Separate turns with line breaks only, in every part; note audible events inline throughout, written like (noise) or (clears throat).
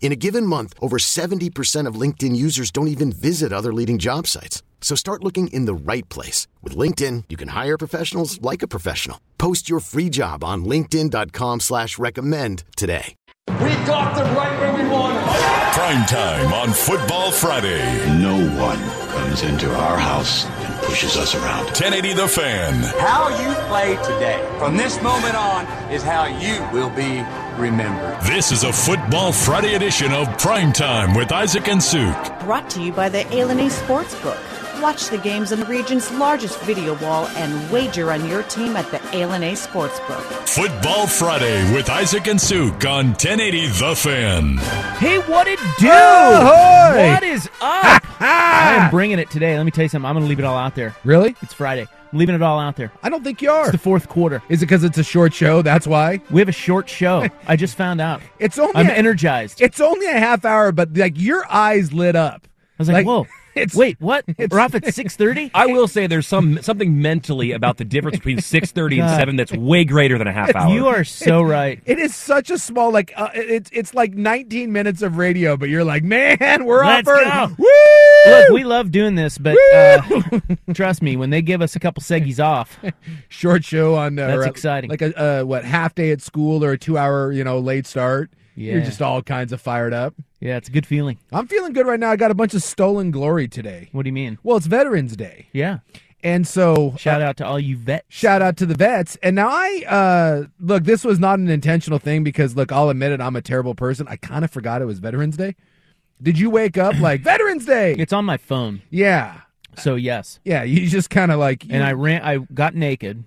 In a given month, over 70% of LinkedIn users don't even visit other leading job sites. So start looking in the right place. With LinkedIn, you can hire professionals like a professional. Post your free job on linkedin.com slash recommend today.
We got them right where we want them.
Prime time on Football Friday.
No one comes into our house and pushes us around.
1080 The Fan.
How you play today, from this moment on, is how you will be remembered.
This is a Football Friday edition of Prime Time with Isaac and Suk.
Brought to you by the A&E Sportsbook. Watch the games on the region's largest video wall and wager on your team at the A&E Sportsbook.
Football Friday with Isaac and Suk on 1080 The Fan.
Hey, what it do?
Ahoy!
What is up? I am bringing it today. Let me tell you something. I'm going to leave it all out there.
Really?
It's Friday. I'm leaving it all out there.
I don't think you are.
It's the fourth quarter.
Is it because it's a short show? That's why.
We have a short
(laughs)
show. I just found out.
It's only
I'm
a,
energized.
It's only a half hour, but like your eyes lit up.
I was like, whoa.
(laughs) It's,
Wait, what?
it's-
We're off at 6.30?
I will say there's some something mentally about the difference
(laughs)
between 6:30 and
God.
7 that's way greater than a half hour.
You are so right.
It is such a small like uh, it- it's it's like 19 minutes of radio, but you're like, man, we're
Let's
off early.
go.
Woo!
Look, we love doing this, but uh,
(laughs)
trust me, when they give us a couple seggies off,
short show on uh,
That's
or, uh,
exciting.
Like a uh, what half day at school or a two hour you know late start. You're
Yeah.
just all kinds of fired up.
yeah, it's a good feeling.
I'm feeling good right now. I got a bunch of stolen glory today.
What do you mean?
Well, it's Veterans Day,
Yeah.
and so uh,
Shout out to all you vets.
Shout out to the vets. And now I uh look, this was not an intentional thing because look, I'll admit it, I'm a terrible person. I kind of forgot it was Veterans Day. Did you wake up
(laughs)
like Veterans Day?
It's on my phone,
yeah.
so yes.
Yeah, you just kind of like
and I ran. I got
(laughs)
naked,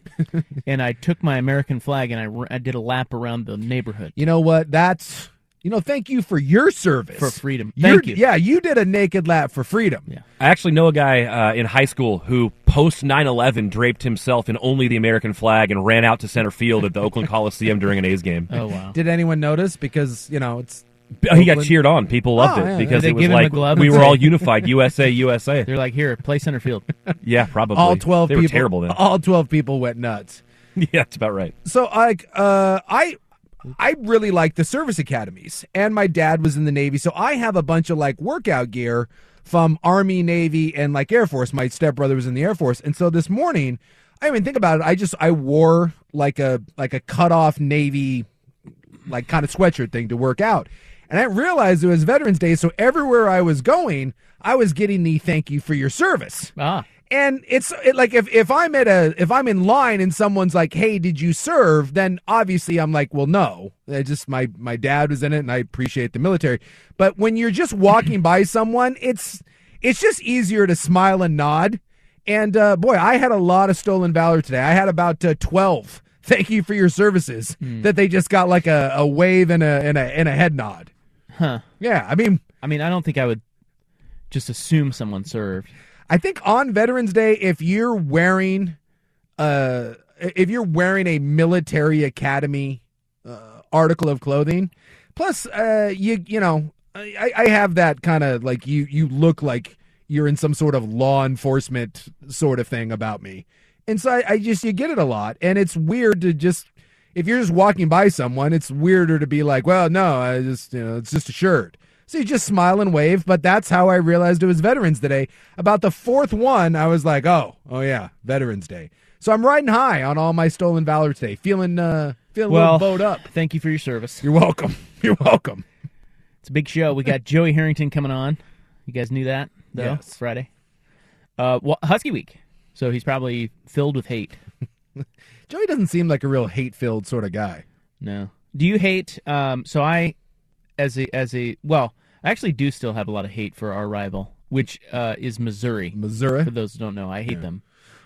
and I took my American flag and I, ra- I did a lap around the neighborhood
You know what? That's you know, thank you for your service.
for freedom.
You're-
Thank you.
Yeah, you did a naked lap for freedom.
Yeah.
I actually know a guy uh, in high school who post 9/11 draped himself in only the American flag and ran out to center field at the Oakland Coliseum during an A's
(laughs)
game.
Oh wow.
Did anyone notice? Because you know it's
he got
Oakland-
cheered on. People loved
Oh,
it
yeah.
because
Did they
it was
give him a
like
glove
we
and
were
say-
all unified (laughs) USA USA.
They're like, here, play center field.
Yeah, probably.
all twelve
They
people.
were terrible then.
All twelve people went nuts.
(laughs) yeah, that's about right.
so like uh i i really like the service academies and my dad was in the navy so i have a bunch of like workout gear from army navy and like air force my stepbrother was in the air force and so this morning i mean think about it i just i wore like a like a cut off navy like kind of sweatshirt thing to work out. And I realized it was Veterans Day, so everywhere I was going, I was getting the thank you for your service.
Ah.
And it's it, like if, if I'm at a if I'm in line and someone's like, "Hey, did you serve?" Then obviously I'm like, "Well, no. I just my my dad was in it, and I appreciate the military." But when you're just walking by someone, it's it's just easier to smile and nod. And uh, boy, I had a lot of stolen valor today. I had about uh, twelve. Thank you for your services. That they just got like a, a wave and a and a and a head nod.
Huh.
Yeah, I mean,
I mean, I don't think I would just assume someone served.
I think on Veterans Day, if you're wearing, uh, if you're wearing a military academy uh, article of clothing, plus uh, you you know, I, I have that kind of like you you look like you're in some sort of law enforcement sort of thing about me, and so I, I just you get it a lot, and it's weird to just. If you're just walking by someone, it's weirder to be like, "Well, no, I just, you know, it's just a shirt." So you just smile and wave, but that's how I realized it was Veterans Day. About the fourth one, I was like, oh, oh yeah, Veterans Day. So I'm riding high on all my stolen valor today, feeling uh feeling a
Well,
little bowed up.
thank you for your service. (laughs)
You're welcome. You're welcome.
It's a big show. We got Joey Harrington coming on. You guys knew that, though.
Yes.
It's Friday. Uh, well, Husky Week. So he's probably filled with hate.
Joey doesn't seem like a real hate filled sort of guy.
No. Do you hate? Um, so I, as a as a well, I actually do still have a lot of hate for our rival, which uh, is Missouri.
Missouri.
For those who don't know, I hate them.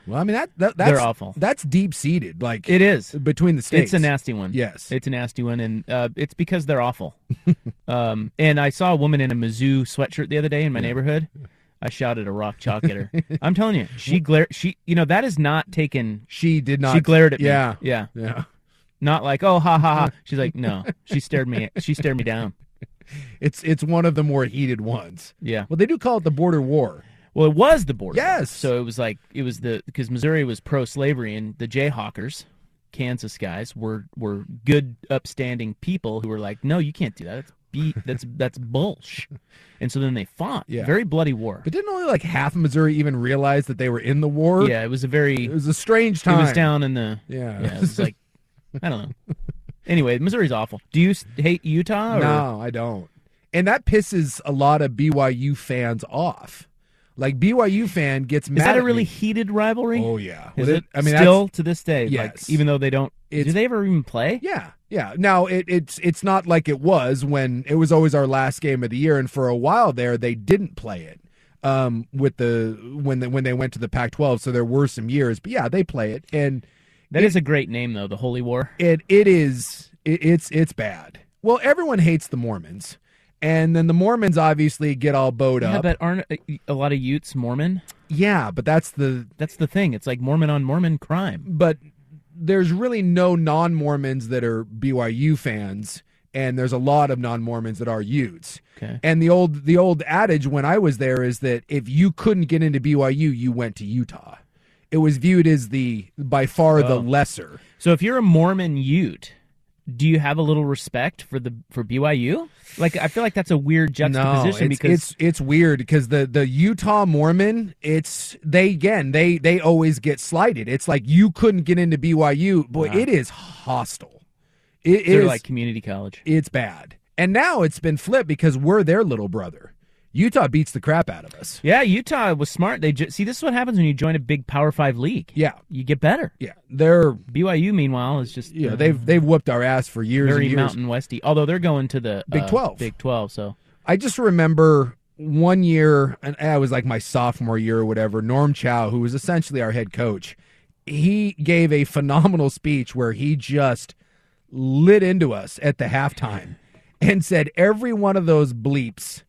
Well, I mean that, that that's
They're awful.
That's deep seated. Like
It is.
between the states.
It's a nasty one.
Yes.
It's a nasty one, and uh, it's because they're awful. (laughs) um, and I saw a woman in a Mizzou sweatshirt the other day in my neighborhood. I shouted a rock chalk at her. I'm telling you, she glared. She, you know, that is not taken.
she did not.
she glared at me.
Yeah.
yeah,
Yeah.
not like oh ha ha ha. She's like no. She stared me. She stared me down.
It's it's one of the more heated ones.
Yeah.
Well, they do call it the border war.
Well, it was the border. war.
Yes.
So it was like it was the because Missouri was pro-slavery and the Jayhawkers, Kansas guys were were good, upstanding people who were like, no, you can't do that. That's
(laughs)
be that's that's bullsh. And so then they fought.
Yeah.
Very bloody war.
But didn't only like half of Missouri even realize that they were in the war?
yeah, it was a very.
It
It
was a strange time.
was down in the.
Yeah.
Yeah. It
(laughs)
was like, I don't know. Anyway, Missouri's awful. Do you s- hate Utah? Or?
No, I don't. And that pisses a lot of BYU fans off. Like BYU fan gets mad.
Is that a
at
really
me.
heated rivalry?
Oh yeah.
Is
Well,
it,
I mean,
still to this day?
Yes.
Like, even though they don't, do
It's-
they ever even play?
Yeah, yeah. Now it, it's it's not like it was when it was always our last game of the year, and for a while there they didn't play it um, with the when the, when they went to the Pac-12. So there were some years, but yeah, they play it, and
That is a great name though, the Holy War.
it it is it, it's it's bad. Well, everyone hates the Mormons, and then the Mormons obviously get all bowed
Yeah,
up.
but aren't uh, a- a lot of Utes Mormon?
yeah, but that's the
That's the thing. It's like Mormon on Mormon crime.
but there's really no non-Mormons that are BYU fans, and there's a lot of non-Mormons that are Utes.
Okay.
And the old the old adage when I was there is that if you couldn't get into BYU, you went to Utah. It was viewed as the by far the
Oh.
lesser.
So if you're a Mormon Ute, do you have a little respect for the for BYU? Like I feel like that's a weird juxtaposition
it's,
because
it's it's weird because the the Utah Mormon, it's they again they they always get slighted. It's like you couldn't get into BYU, boy, it is hostile. It
they're
is-
like community college.
it's bad. And now it's been flipped because we're their little brother. Utah beats the crap out of us.
Yeah, Utah was smart. They ju- see this is what happens when you join a big Power Five league.
Yeah.
you get better.
Yeah, they're
BYU, meanwhile, is just
you know
uh,
they've they've whooped our ass for years and
very
years.
Mountain Westy. Although they're going to the
Big
uh,
12.
Big Twelve. So
I just remember one year, and I was like my sophomore year or whatever. Norm Chow, who was essentially our head coach, he gave a phenomenal speech where he just lit into us at the halftime and said every one of those bleeps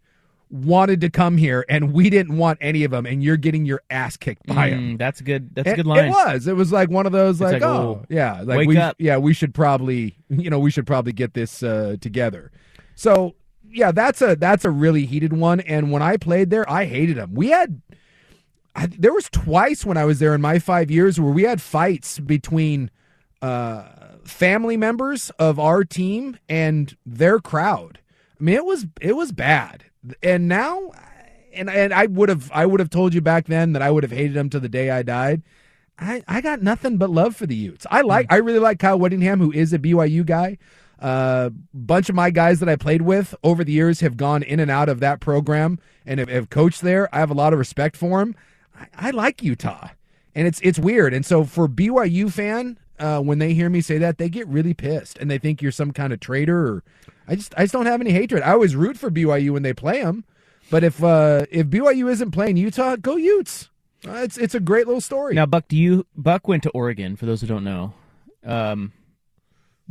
wanted to come here and we didn't want any of them and you're getting your ass kicked by them.
mm, that's a good. That's a
It-
good line.
It was. It was like one of those, like,
like,
oh,
oh,
yeah, like
wake
we,
up.
yeah, we should probably, you know, we should probably get this uh, together. So yeah, that's a that's a really heated one. And when I played there, I hated them. We had I, there was twice when I was there in my five years where we had fights between uh, family members of our team and their crowd. I mean, it was it was bad. And now, and and I would have I would have told you back then that I would have hated them to the day I died. I, I got nothing but love for the Utes. I like I really like Kyle Whittingham, who is a BYU guy. A uh, bunch of my guys that I played with over the years have gone in and out of that program and have, have coached there. I have a lot of respect for him. I, I like Utah, and it's it's weird. And so for BYU fan, uh, when they hear me say that, they get really pissed and they think you're some kind of traitor. Or I just I just don't have any hatred. I always root for BYU when they play them, but if uh, if BYU isn't playing Utah, go Utes. Uh, it's it's a great little story.
Now, Uh, Buck, do you Buck went to Oregon? For those who don't know, um,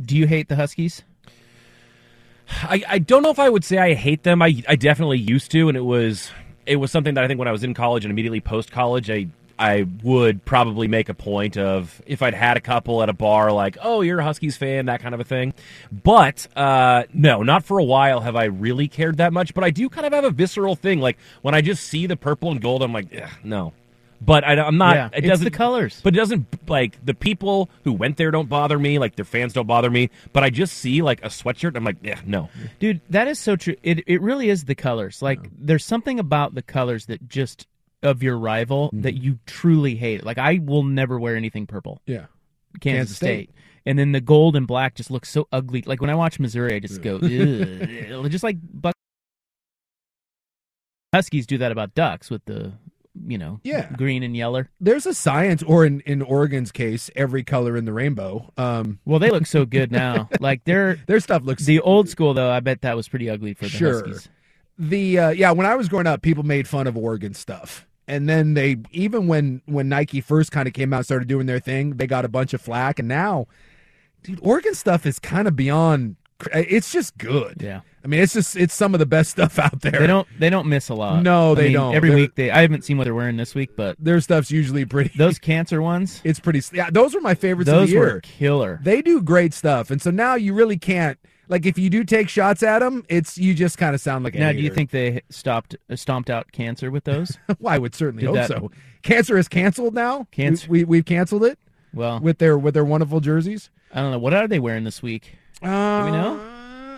do you hate the Huskies?
I, I don't know if I would say I hate them. I I definitely used to, and it was it was something that I think when I was in college and immediately post college, I I would probably make a point of if I'd had a couple at a bar, like oh you're a Huskies fan, that kind of a thing. But uh, no, not for a while have I really cared that much. But I do kind of have a visceral thing, like when I just see the purple and gold, I'm like "Ugh, no. But I, am not.
Yeah,
it
it's
doesn't
the colors.
but it doesn't like the people who went there don't bother me. Like their fans don't bother me. But I just see like a sweatshirt. And I'm like, yeah, no.
Dude, that is so true. It it really is the colors. Like there's something about the colors that just of your rival
Mm-hmm.
that you truly hate. Like I will never wear anything purple.
Yeah.
Kansas,
Kansas
State.
State.
And then the gold and black just looks so ugly. Like when I watch Missouri, I just
(laughs)
go, Ugh. just like Buck. Huskies do that about ducks with the, you know,
Yeah.
green and yeller.
There's a science, or in, in Oregon's case, every color in the rainbow. Um,
Well, they look so good
(laughs)
now. like they're
their stuff looks
the old school though. I bet that was pretty ugly for the
Sure.
Huskies.
the uh, yeah. When I was growing up, people made fun of Oregon stuff, and then they even when when Nike first kind of came out and started doing their thing, they got a bunch of flack, and now, dude, Oregon stuff is kind of beyond. cr- It's just good.
Yeah.
I mean, it's just it's some of the best (laughs) stuff out there.
They don't they don't miss a lot.
No,
I
they
mean,
don't.
Every
They're-
week they I haven't seen what they're wearing this week, but
Their stuff's usually pretty.
those cancer ones,
it's pretty. Yeah, those were my favorites of
those
the year.
were killer.
They do great stuff, and so now you really can't like if you do take shots at them, it's you just kind of sound like a
now, do you
hater.
think they stopped stomped out cancer with those?
(laughs) well, I would certainly
Did
hope
that-
so. Cancer is canceled now.
Cancer-
We, we we've canceled it
well,
with their with their wonderful jerseys.
I don't know. What are they wearing this week?
Uh,
know?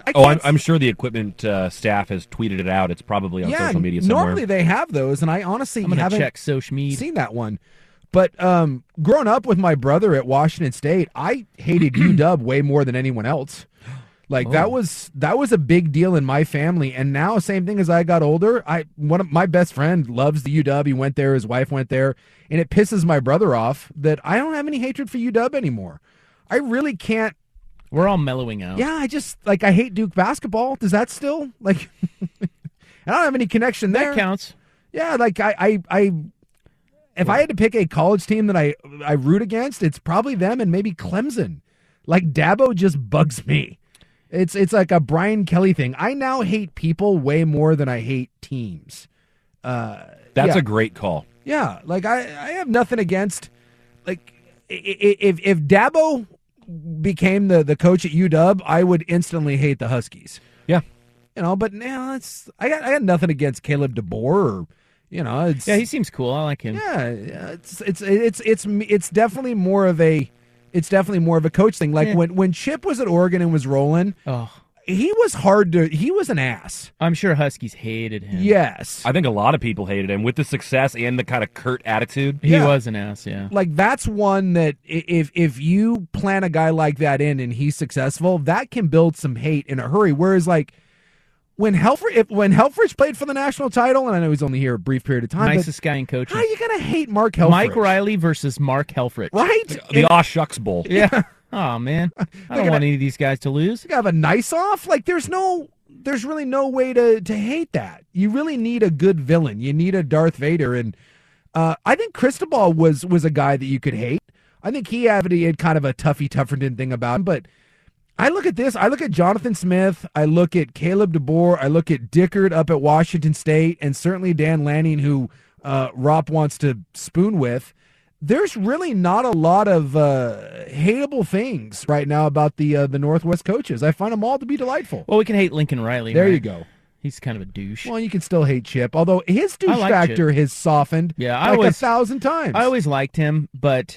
I
Oh,
can't
I'm, I'm
s-
sure the equipment uh, staff has tweeted it out. It's probably on
yeah,
social media somewhere.
Normally they have those, and I honestly
I'm gonna
haven't
check social media.
seen that one. But um, growing up with my brother at Washington State, I hated UW way more than anyone else. Like that was that was a big deal in my family. And now, same thing as I got older. I one of my best friend loves the UW. He went there. His wife went there, and it pisses my brother off that I don't have any hatred for UW anymore. I really can't.
We're all mellowing out.
Yeah, I just like I hate Duke basketball. Does that still like? (laughs) I don't have any connection there.
that counts.
Yeah, like I, I, I if I had to pick a college team that I I root against, it's probably them and maybe Clemson. Like Dabo just bugs me. It's it's like a Brian Kelly thing. I now hate people way more than I hate teams. Uh,
That's
yeah.
a great call.
Yeah, like I I have nothing against like i- i- if if Dabo became the the coach at UW, I would instantly hate the Huskies.
Yeah.
You know, but now it's I got I got nothing against Caleb DeBoer or you know, it's
Yeah, he seems cool. I like him.
Yeah, yeah, it's it's it's it's it's definitely more of a it's definitely more of a coach thing. Like
Yeah.
when when Chip was at Oregon and was rolling,
Oh,
he was hard to he was an ass.
I'm sure Huskies hated him.
Yes.
I think a lot of people hated him with the success and the kind of curt attitude.
he
Yeah.
was an ass. Yeah,
like that's one that i- if if you plan a guy like that in and he's successful, that can build some hate in a hurry. Whereas like when Helfrich if when Helfrich played for the national title, and I know he's only here a brief period of time,
nicest guy in
but how
coaching.
are you gonna hate Mark Helfrich?
Mike Riley versus Mark Helfrich.
right?
The Aw Shucks Bowl.
(laughs)
Yeah. oh man, I don't
at
want any of these guys to lose.
you have a nice off. Like there's no there's really no way to to hate that. You really need a good villain. You need a Darth Vader and uh I think Cristobal was was a guy that you could hate. I think he had, he had kind of a toughy Tufferton thing about him, but I look at this, I look at Jonathan Smith, I look at Caleb DeBoer, I look at Dickard up at Washington State, and certainly Dan Lanning, who uh, Rop wants to spoon with. There's really not a lot of uh, hateable things right now about the uh, the Northwest coaches. I find them all to be delightful.
Well, Oh, we can hate Lincoln Riley.
there
right?
you go.
He's kind of a douche.
Well, you can still hate Chip, although his douche
I like
factor has softened
Yeah, I
like a
always-
thousand times.
I always liked him, but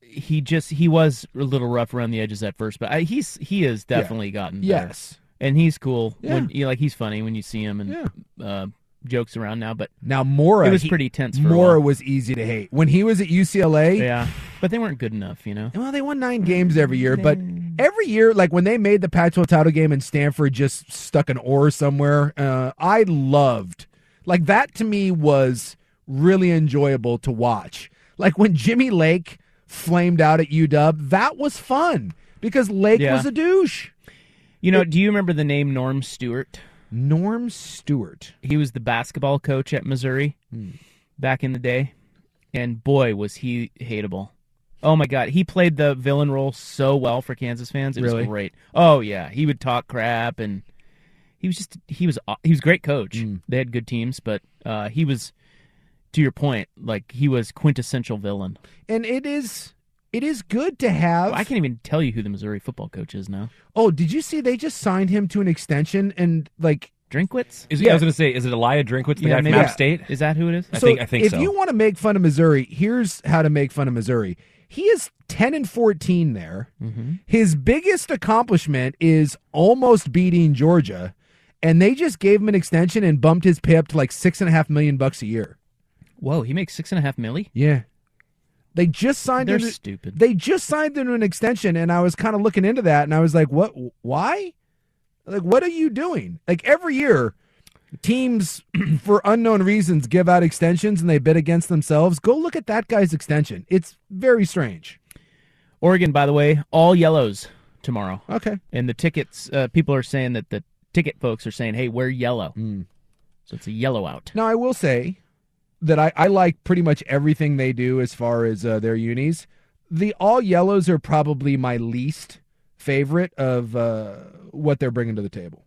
he just he was a little rough around the edges at first. But I, he's he has definitely gotten better.
yes.
and he's cool. When,
Yeah.
you know, like he's funny when you see him and uh, jokes around now. But
Now Mora,
it was
he-
pretty tense. For
Mora
a while.
was easy to hate when he was at UCLA.
yeah, but they weren't good enough, you know.
Well, they won nine games every year, but
Mm.
every year, like when they made the Pac-12 title game and Stanford just stuck an oar somewhere, uh, I loved. Like that to me was really enjoyable to watch. Like when Jimmy Lake flamed out at UW, that was fun because Lake
Yeah.
was a douche.
You know, do you remember the name Norm Stewart?
Norm Stewart.
He was the basketball coach at Missouri back in the day, and boy was he hateable. Oh my God, he played the villain role so well for Kansas fans. It
Really?
was great. Oh yeah, he would talk crap, and he was just he was aw- he was a great coach. They had good teams, but uh, he was, to your point, like he was quintessential villain.
And it is it is good to have
I can't even tell you who the Missouri football coach is now.
Oh, did you see they just signed him to an extension and like
Drinkwitz?
Is,
Yeah.
I was going to say, is it Elia Drinkwitz, the
Yeah,
guy from
maybe.
App State?
Is that who it is?
I think- I think
if
so.
you want to make fun of Missouri, here's how to make fun of Missouri. He is 10 and 14 there.
Mm-hmm.
His biggest accomplishment is almost beating Georgia, and they just gave him an extension and bumped his pay up to like six and a half million bucks a year.
Whoa, he makes six and a half milli.
Yeah. They just signed
They're
him to-
stupid.
They just signed him to an extension, and I was kind of looking into that, and I was like, "What? Why? Like, what are you doing? Like every year, teams (clears throat) for unknown reasons give out extensions, and they bid against themselves. Go look at that guy's extension. It's very strange.
Oregon, by the way, all yellows tomorrow.
Okay,
And the tickets, uh, people are saying that Mm. the ticket folks are saying, hey, wear yellow. So it's a yellow out.
now I will say, that I, I like pretty much everything they do as far as uh, their unis. The all yellows are probably my least favorite of uh, what they're bringing to the table.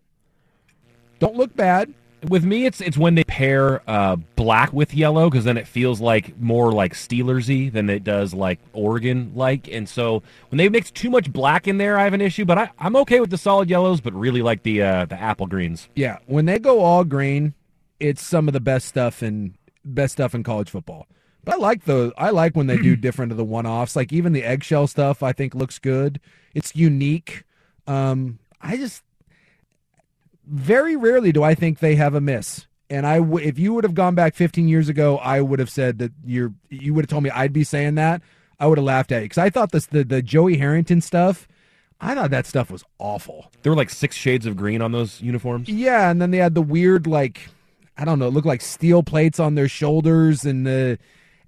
Don't look bad.
With me, it's it's when they pair uh, black with yellow because then it feels like more like Steelersy than it does like Oregon like, and so when they mix too much black in there, I have an issue. But I, I'm okay with the solid yellows, but really like the uh, the apple greens.
Yeah, when they go all green, it's some of the best stuff in best stuff in college football. But I like the I like when they do different of the one offs. Like even the eggshell stuff, I think looks good. It's unique. Um, I just very rarely do I think they have a miss. And I, w- if you would have gone back 15 years ago, I would have said that you're you would have told me I'd be saying that. I would have laughed at you because I thought this the the Joey Harrington stuff. I thought that stuff was awful.
There were like six shades of green on those uniforms.
Yeah, and then they had the weird like I don't know, it looked like steel plates on their shoulders and the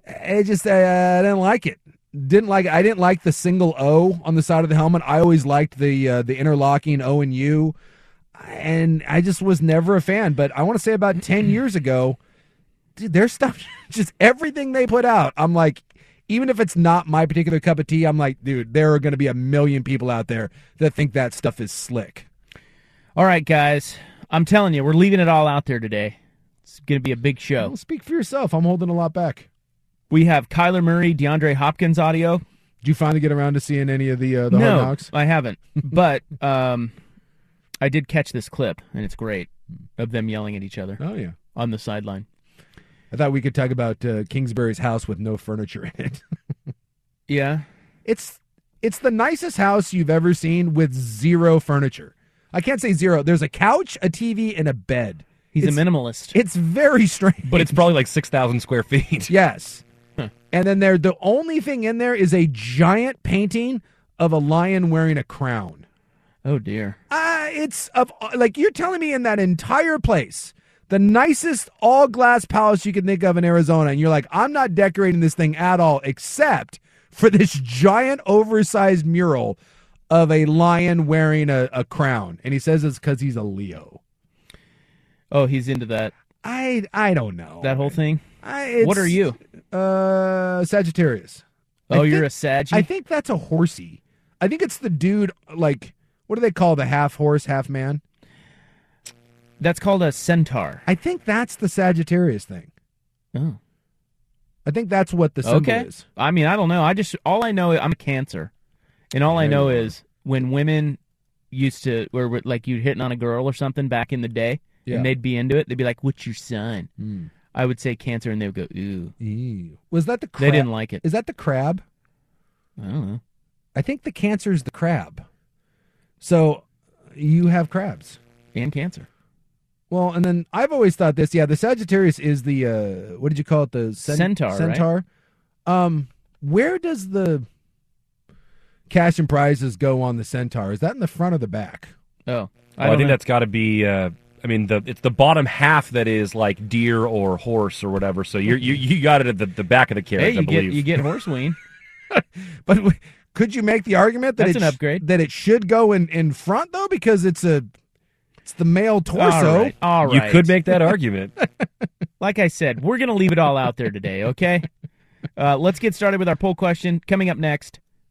it just uh, I didn't like it. Didn't like I didn't like the single O on the side of the helmet. I always liked the uh, the interlocking O and U and I just was never a fan, but I want to say about 10 years ago dude, their stuff (laughs) just everything they put out. I'm like even if it's not my particular cup of tea, I'm like, dude, there are going to be a million people out there that think that stuff is slick.
All right, guys. I'm telling you, we're leaving it all out there today. It's going to be a big show.
Well, speak for yourself. I'm holding a lot back.
We have Kyler Murray, DeAndre Hopkins audio.
Did you finally get around to seeing any of the uh, the
no,
hard knocks?
(laughs)
I haven't. But um, I did catch this clip, and it's great of them yelling at each other
Oh yeah.
on the sideline.
I thought we could talk about uh, Kingsbury's house with no furniture in it. (laughs)
Yeah.
it's it's the nicest house you've ever seen with zero furniture. I can't say zero. There's a couch, a TV, and a bed.
He's
It's-
a minimalist.
It's very strange.
But it's probably like six thousand square feet.
(laughs) yes. And then there, the only thing in there is a giant painting of a lion wearing a crown.
(laughs) oh, dear.
Uh, it's of like you're telling me in that entire place, the nicest all glass palace you can think of in Arizona, and you're like, I'm not decorating this thing at all, except for this giant oversized mural of a lion wearing a, a crown, and he says it's because he's a Leo.
Oh, he's into that
I I don't know
that whole thing.
I, it's-
What are you?
Uh, Sagittarius. I
Oh, you're a
think-
Sag.
I think that's a horsey. I think it's the dude like what do they call the half horse, half man?
That's called a centaur.
I think that's the Sagittarius thing.
Oh.
I think that's what the symbol
Okay.
is.
I mean, I don't know. I just all I know I'm a cancer, and all I know is when women used to were were- like you hitting on a girl or something back in the day,
Yeah.
and they'd be into it. They'd be like, "What's your sign?"
Hmm.
I would say cancer, and they would go, "Ooh."
Was that the crab?
They didn't like it.
Is that the crab?
I don't know.
I think the cancer is the crab. So you have crabs.
And cancer.
Well, and then I've always thought this. Yeah, the Sagittarius is the uh, what did you call it? The
Centaur, right?
Centaur. Um, where does the cash and prizes go on the centaur? Is that in the front or the back?
Oh,
I, well, I
don't
think
know.
that's got to be. Uh, I mean, the it's the bottom half that is like deer or horse or whatever. So you're, you you got it at the, the back of the
Hey,
carriage, I
you get
believe.
you get horse wean.
(laughs)
But w- could you make the argument that
That's
it
an
sh-
upgrade.
that it should go in in front though because it's a it's the male
All
torso.
right. All right.
you could make that argument.
(laughs) like I said, we're going to leave it all out there
(laughs)
today, okay? Uh, let's get started with our poll question coming up next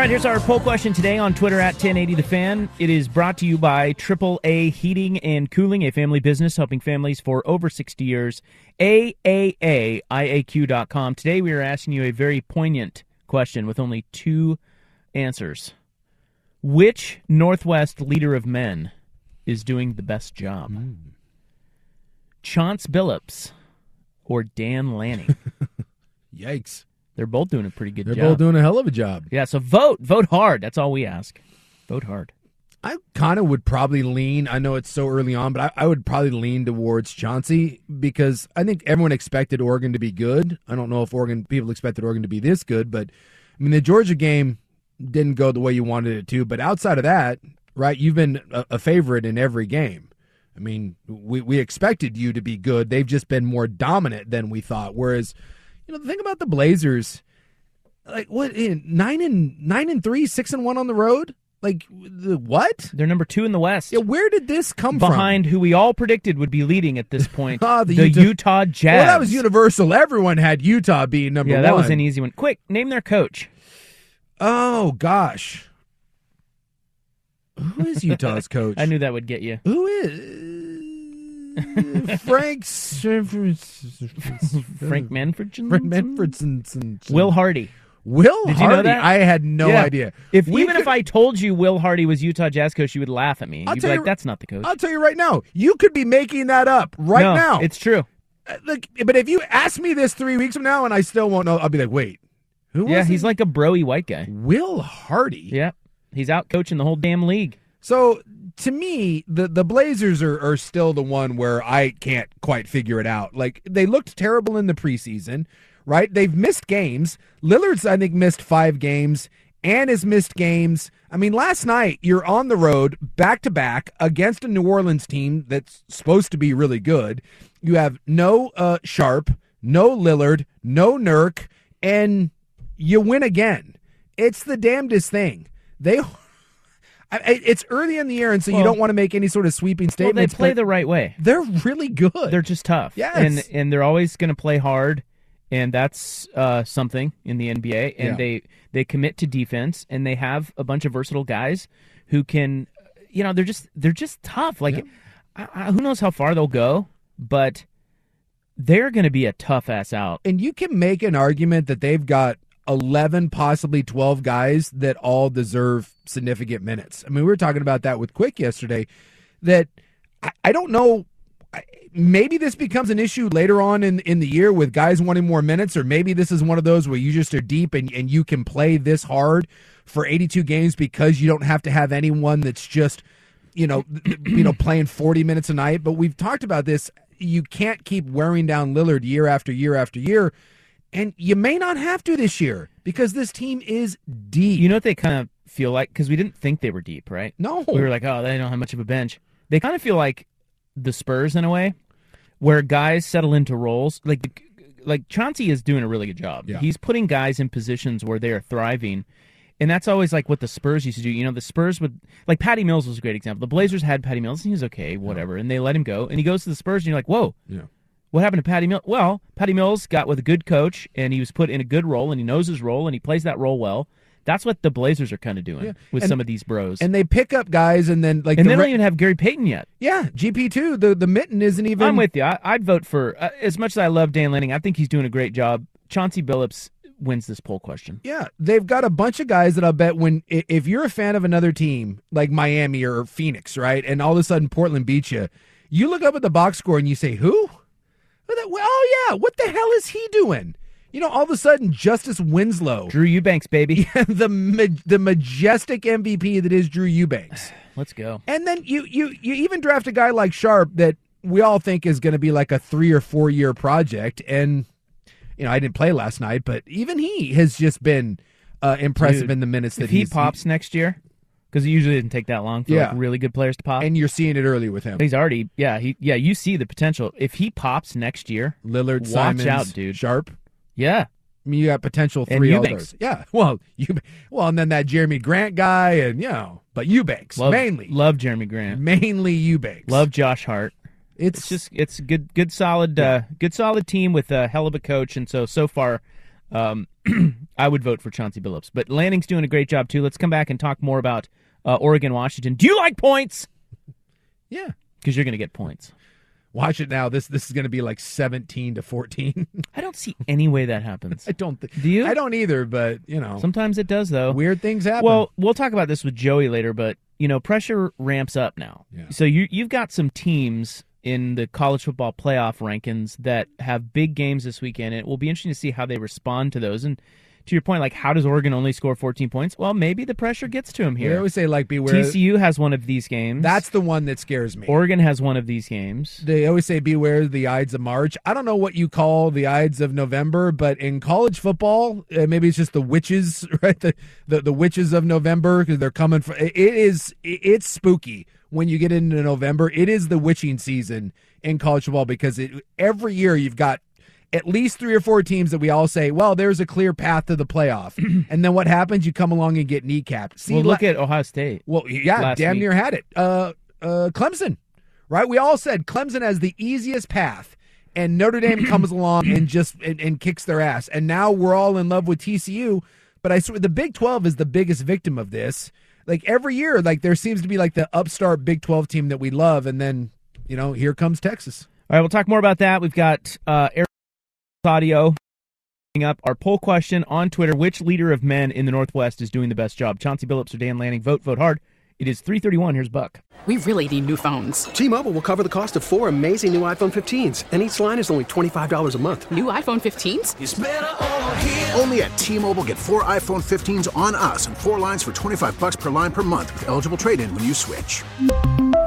right, here's our poll question today on Twitter at 1080thefan. It is brought to you by AAA Heating and Cooling, a family business helping families for over 60 years. AAAIAQ.com. Today we are asking you a very poignant question with only two answers. Which Northwest leader of men is doing the best job?
Hmm.
Chance Billups or Dan
(laughs)
Lanning?
Yikes.
They're both doing a pretty good
They're
job.
both doing a hell of a job.
Yeah, so vote. Vote hard. That's all we ask. Vote hard.
I kind of would probably lean. I know it's so early on, but I, I would probably lean towards Chauncey because I think everyone expected Oregon to be good. I don't know if Oregon people expected Oregon to be this good, but I mean the Georgia game didn't go the way you wanted it to. But outside of that, right? You've been a, a favorite in every game. I mean, we we expected you to be good. They've just been more dominant than we thought. Whereas, you know, the thing about the Blazers like what in nine and nine and three, six and one on the road. Like the what?
They're number two in the West.
Yeah, where did this come from?
Behind who we all predicted would be leading at
(laughs)
this point,
Ah,
the, Utah, Jazz.
Well, that was universal. Everyone had Utah being number
yeah,
one.
that was E- an easy one. Quick, name their coach.
Oh gosh, who
(laughs)
is Utah's coach?
I knew that would get you. (laughs)
Who is Frank? Frank
Frank Manfredson.
Frank Manfredson.
Will Hardy.
Will
Did you
Hardy?
know that?
I had no
Yeah.
idea.
If
We
even
could-
if I told you Will Hardy was Utah Jazz coach, you would laugh at me.
I'll
You'd be
tell
like,
you-
"That's not the coach."
I'll tell you right now, you could be making that up right
No,
now.
it's true.
Uh, Look, but if you ask me this three weeks from now and I still won't know, I'll be like, wait, who?
yeah,
was
he's
it?
like a broy white guy.
Will Hardy.
Yeah, he's out coaching the whole damn league.
So to me, the the Blazers are, are still the one where I can't quite figure it out. Like they looked terrible in the preseason, right? They've missed games. Lillard's I think missed five games. And has missed games. I mean, last night you're on the road back to back against a New Orleans team that's supposed to be really good. You have no uh, Sharp, no Lillard, no Nurk, and you win again. It's the damnedest thing. They I- I, it's early in the year, and so you
Well-
don't want to make any sort of sweeping
Well, they
statements.
play
but
the right way.
They're really good.
They're just tough.
Yes.
And and they're always going to play hard, and that's uh, something in the NBA. And
Yeah.
they they commit to defense, and they have a bunch of versatile guys who can, you know, they're just they're just tough. Like, I, I, who knows how far they'll go, but they're going to be a tough ass out.
and you can make an argument that they've got 11, possibly 12 guys that all deserve significant minutes. I mean, we were talking about that with Quick yesterday that I, I don't know. I- Maybe this becomes an issue later on in, in the year with guys wanting more minutes, or maybe this is one of those where you just are deep and, and you can play this hard for 82 games because you don't have to have anyone that's just, you know, you know, playing 40 minutes a night. But we've talked about this. You can't keep wearing down Lillard year after year after year. And you may not have to this year because this team is deep.
You know what they kind of feel like? Because we didn't think they were deep, right?
No.
We were like, oh, they don't have much of a bench. They kind of feel like the Spurs in a way, where guys settle into roles. Like, like Chauncey is doing a really good job.
Yeah.
He's putting guys in positions where they are thriving. And that's always like what the Spurs used to do. You know, the Spurs would like Patty Mills was a great example. The Blazers had Patty Mills and he was okay, whatever, and they let him go. And he goes to the Spurs and you're like, Whoa,
Yeah.
what happened to Patty Mills? Well, Patty Mills got with a good coach and he was put in a good role and he knows his role and he plays that role well. That's what the Blazers are kind of doing
Yeah.
with
And-
some of these bros. And,
And they pick up guys and then like the
they
re-
don't even have Gary Payton yet.
Yeah, GP2, the the mitten isn't even
I'm with you. I, I'd vote for, uh, as much as I love Dan Lanning, I think he's doing a great job. Chauncey Billups wins this poll question.
Yeah, they've got a bunch of guys that I bet when i- if you're a fan of another team like Miami or Phoenix, right, and all of a sudden Portland beats you, you look up at the box score and you say, "Who? Well, that- well, oh yeah, what the hell is he doing?" You know, all of a sudden Justice Winslow,
Drew Eubanks, baby,
(laughs) the ma- the majestic MVP that is Drew Eubanks.
Let's go.
And then you you you even draft a guy like Sharp that we all think is going to be like a three or four year project. And you know, I didn't play last night, but even he has just been uh, impressive
Dude,
in the minutes that
if he
he's-
pops next year, because it usually doesn't take that long for
Yeah.
like really good players to pop.
And you're seeing it early with him.
He's already, yeah, he, yeah. You see the potential. If he pops next year,
Lillard,
watch
Simons,
out, dude.
Sharp.
Yeah,
I mean, you got potential
And
three
Eubanks.
others. Yeah. (laughs) Well, you well, and then that Jeremy Grant guy, and you know, but Eubanks
love,
mainly,
love Jeremy Grant,
mainly Eubanks.
love Josh Hart.
It's,
just it's a good, good, solid, uh, good, solid team with a hell of a coach. And so so far, um, (clears throat) I would vote for Chauncey Billups. But Lanning's doing a great job too. Let's come back and talk more about uh, Oregon, Washington. Do you like points?
Yeah.
because you're going to get points.
Watch it now. This this is going to be like seventeen to fourteen. (laughs)
I don't see any way that happens.
I don't think.
Do you?
I don't either. But you know,
Sometimes it does though.
weird things happen.
Well, we'll talk about this with Joey later, but you know, pressure ramps up now. So you you've got some teams in the college football playoff rankings that have big games this weekend, and it will be interesting to see how they respond to those. And to your point, like how does Oregon only score 14 points? Well, maybe the pressure gets to him
We
here.
always say like beware.
TCU has one of these games.
That's the one that scares me.
Oregon has one of these games.
they always say beware the Ides of March. I don't know what you call the Ides of November, but in college football, uh, maybe it's just the witches, (laughs) right? The the, the witches of November because they're coming for. It is it- it's spooky when you get into November. It is the witching season in college football because it, every year you've got at least three or four teams that we all say, well, there's a clear path to
(clears throat)
the playoff, and then what happens? You come along and get kneecapped. See,
well, look
la-
at Ohio State.
well, yeah,
last
damn
week.
near had it. Uh, uh, Clemson, right? We all said Clemson has the easiest path, and
(clears throat)
Notre Dame comes along and just and, and kicks their ass. And now we're all in love with TCU. But I swear, the Big Twelve is the biggest victim of this. Like every year, like there seems to be like the upstart Big Twelve team that we love, and then you know here comes Texas.
All right, we'll talk more about that. We've got uh, Air Audio coming up our poll question on Twitter: Which leader of men in the Northwest is doing the best job, Chauncey Billups or Dan Lanning? Vote, vote hard. It is three thirty-one. Here's Buck.
We really need new phones.
T-Mobile will cover the cost of four amazing new iPhone 15s, and each line is only $25 a month.
New iPhone 15s?
Only at T-Mobile, get four iPhone 15s on us and four lines for 25 bucks per line per month with eligible trade-in when you switch.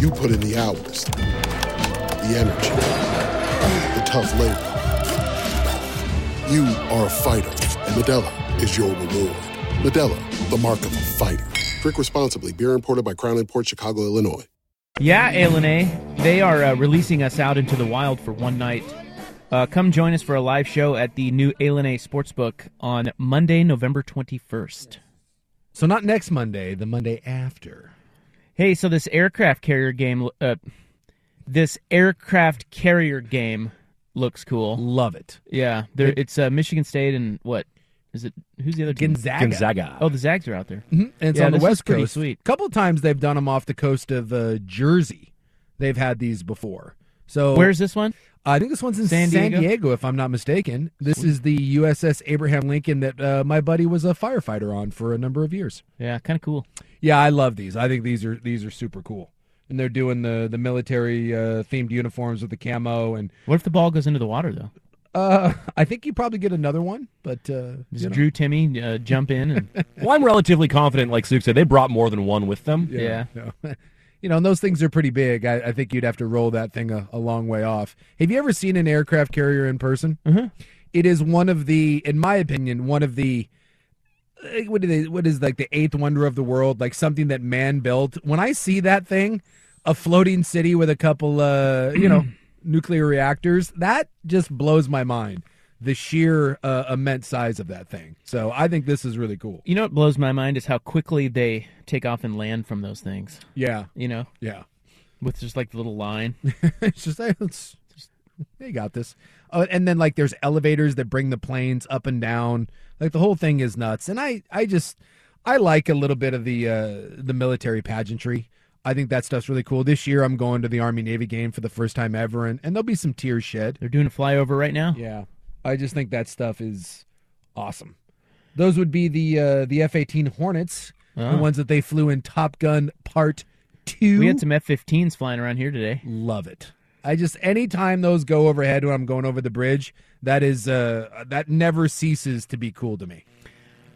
You put in the hours, the energy, the tough labor. You are a fighter, and Medella is your reward. Medella, the mark of a fighter. Drink responsibly. Beer imported by Crown Port Chicago, Illinois.
Yeah, Alene, they are uh, releasing us out into the wild for one night. Uh, come join us for a live show at the new Alene Sportsbook on Monday, November twenty-first.
So not next Monday, the Monday after.
Hey, so this aircraft carrier game, uh, this aircraft carrier game looks cool.
Love it.
Yeah, there, it's uh, Michigan State and what Is it who's the other team?
Gonzaga.
Gonzaga.
Oh, the Zags are out there.
hmm And it's
Yeah,
on the
this is
West
pretty
Coast.
Sweet.
A couple times they've done them off the coast of uh, Jersey. They've had these before. So
Where's this one?
I think this one's in
San
San Diego,
Diego?
if I'm not mistaken. This is the USS Abraham Lincoln that uh, my buddy was a firefighter on for a number of years.
Yeah, kind of cool.
Yeah, I love these. I think these are these are super cool. And they're doing the the military uh, themed uniforms with the camo and
What if the ball goes into the water though?
uh, (laughs) I think you probably get another one, but uh,
Does
you know.
Drew Timmy uh, jump in? And,
(laughs)
Well, I'm relatively confident, like Suk said, they brought more than one with them.
yeah.
No. (laughs) you know, and those things are pretty big. I, I think you'd have to roll that thing a, a long way off. Have you ever seen an aircraft carrier in person? It is one of the, in my opinion, one of the. eh, What do they? What is like the eighth wonder of the world? Like something that man built. When I see that thing, a floating city with a couple, uh, you know, nuclear reactors, that just blows my mind. The sheer uh, immense size of that thing. So I think this is really cool.
You know what blows my mind is how quickly they take off and land from those things.
Yeah.
You know?
Yeah. (laughs)
With just like the little line.
it's just like, it's, they got this. Oh, and then like there's elevators that bring the planes up and down. Like the whole thing is nuts. And I I just I like a little bit of the uh the military pageantry. I think that stuff's really cool. This year I'm going to the Army Navy game for the first time ever and, and there'll be some tears shed.
They're doing a flyover right now.
Yeah. I just think that stuff is awesome. Those would be the uh the F eighteen Hornets.
Ah.
The ones that they flew in Top Gun Part Two.
We had some F 15s flying around here today.
Love it. I just anytime those go overhead when I'm going over the bridge, that is uh that never ceases to be cool to
(laughs)
me.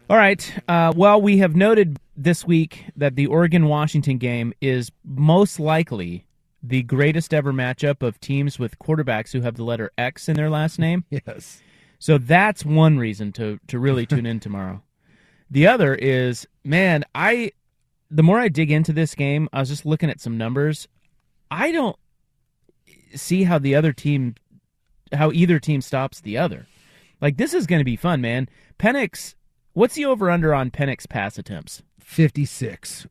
All right. Uh, well, we have noted this week that the Oregon Washington game is most likely the greatest ever matchup of teams with quarterbacks who have the letter X in their last name.
Yes.
So that's one reason to to really tune in
(laughs)
tomorrow. The other is, man, I the more I dig into this game, I was just looking at some numbers. I don't see how the other team how either team stops the other. Like this is going to be fun, man. Penix, what's the over under on Penix pass attempts?
56.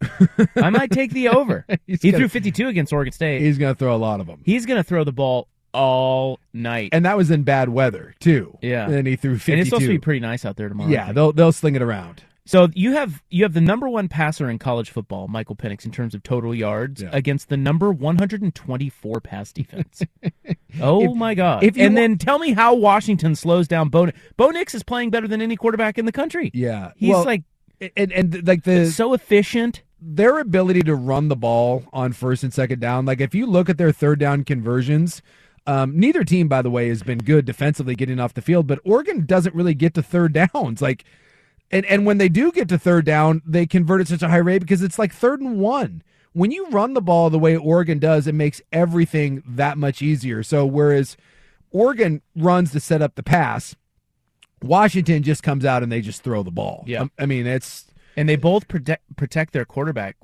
I might take the over. he
(laughs) He's gonna-
threw 52 against Oregon State.
(laughs) He's going to throw a lot of them.
He's going to throw the ball all night.
And that was in bad weather, too.
yeah.
And then he threw 52.
And it's supposed to be pretty nice out there tomorrow. I
yeah,
think.
they'll they'll sling it around.
So you have you have the number one passer in college football, Michael Penix, in terms of total yards
Yeah.
against the number 124 pass (laughs) defense. oh my God!
if you
and
wa-
then tell me how Washington slows down Bo. Bo Nix is playing better than any quarterback in the country.
Yeah.
he's
Well,
like
and and like the
so efficient.
their ability to run the ball on first and second down. Like if you look at their third down conversions, um, neither team, by the way, has been good defensively getting off the field. But Oregon doesn't really get to third (laughs) downs. Like, and and when they do get to third down, they convert at such a high rate because it's like third and one. When you run the ball the way Oregon does, it makes everything that much easier. So whereas Oregon runs to set up the pass, Washington just comes out and they just throw the ball.
Yeah.
I- I mean it's
And they both protect protect their quarterback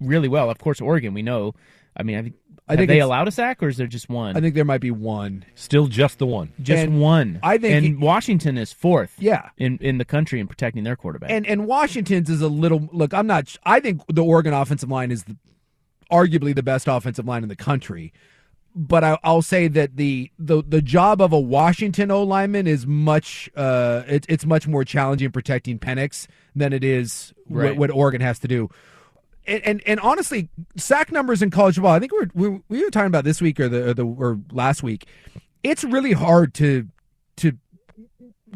really well. Of course, Oregon. We know. I mean, I think,
I
have
think
they
it's-
allowed a sack, or is there just one?
I think there might be one.
Still just the one.
just
and
one.
I think
And
he-
Washington is fourth.
Yeah.
in in the country in protecting their quarterback.
And and Washington's is a little look. I'm not. I think the Oregon offensive line is the, arguably the best offensive line in the country. But I, I'll say that the, the the job of a Washington O lineman is much uh it's it's much more challenging protecting Penix than it is wh-
Right.
what Oregon has to do. And, and and honestly, sack numbers in college football. I think we're, we we were talking about this week or the or the or last week. It's really hard to to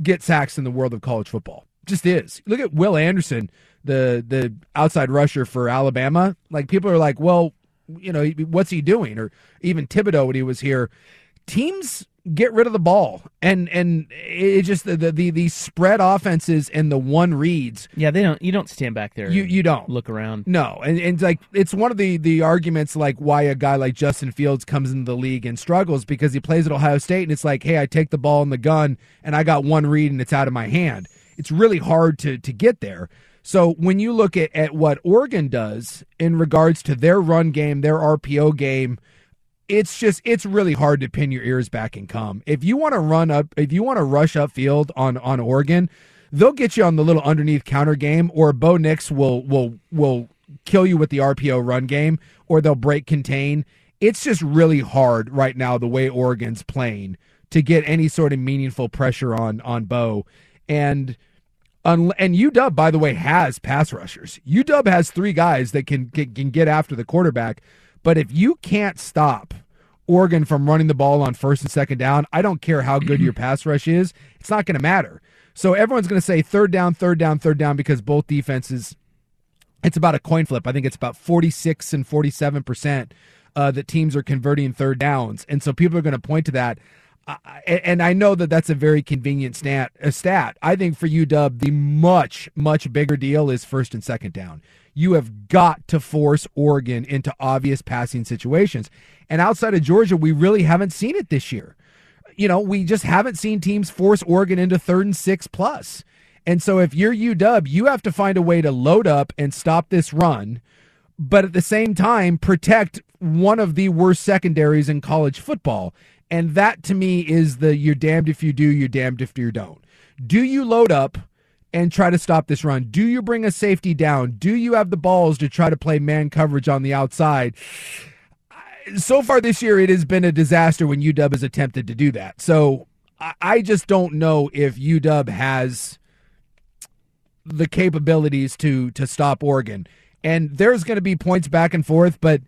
get sacks in the world of college football. Just is. Look at Will Anderson, the the outside rusher for Alabama. Like people are like, well, you know, what's he doing? Or even Thibodeau when he was here. Teams get rid of the ball, and and it just the the the, the spread offenses and the one reads.
yeah, they don't. You don't stand back there.
You
and
you don't
look around.
no, and and like it's one of the the arguments like why a guy like Justin Fields comes into the league and struggles because he plays at Ohio State and it's like, hey, I take the ball and the gun and I got one read and it's out of my hand. It's really hard to to get there. So when you look at at what Oregon does in regards to their run game, their RPO game, it's just it's really hard to pin your ears back and come. If you want to run up, if you want to rush upfield on on Oregon, they'll get you on the little underneath counter game, or Bo Nix will will will kill you with the RPO run game, or they'll break contain. It's just really hard right now the way Oregon's playing to get any sort of meaningful pressure on on Bo, and Un- and UW, by the way, has pass rushers. UW has three guys that can, can can get after the quarterback. But if you can't stop Oregon from running the ball on first and second down, I don't care how good your pass rush is. It's not going to matter. So everyone's going to say third down, third down, third down because both defenses. It's about a coin flip. I think it's about forty six and forty seven percent uh, that teams are converting third downs, and so people are going to point to that. Uh, and and I know that that's a very convenient stat. A stat. I think for UW, the much much bigger deal is first and second down. You have got to force Oregon into obvious passing situations, and outside of Georgia, we really haven't seen it this year. You know, we just haven't seen teams force Oregon into third and six plus. And so, if you're UW, you have to find a way to load up and stop this run but at the same time protect one of the worst secondaries in college football. And that to me is the you're damned if you do, you're damned if you don't. Do you load up and try to stop this run? Do you bring a safety down? Do you have the balls to try to play man coverage on the outside? So far this year, it has been a disaster when UW has attempted to do that. So I- I just don't know if UW has the capabilities to to stop Oregon. And there's going to be points back and forth, but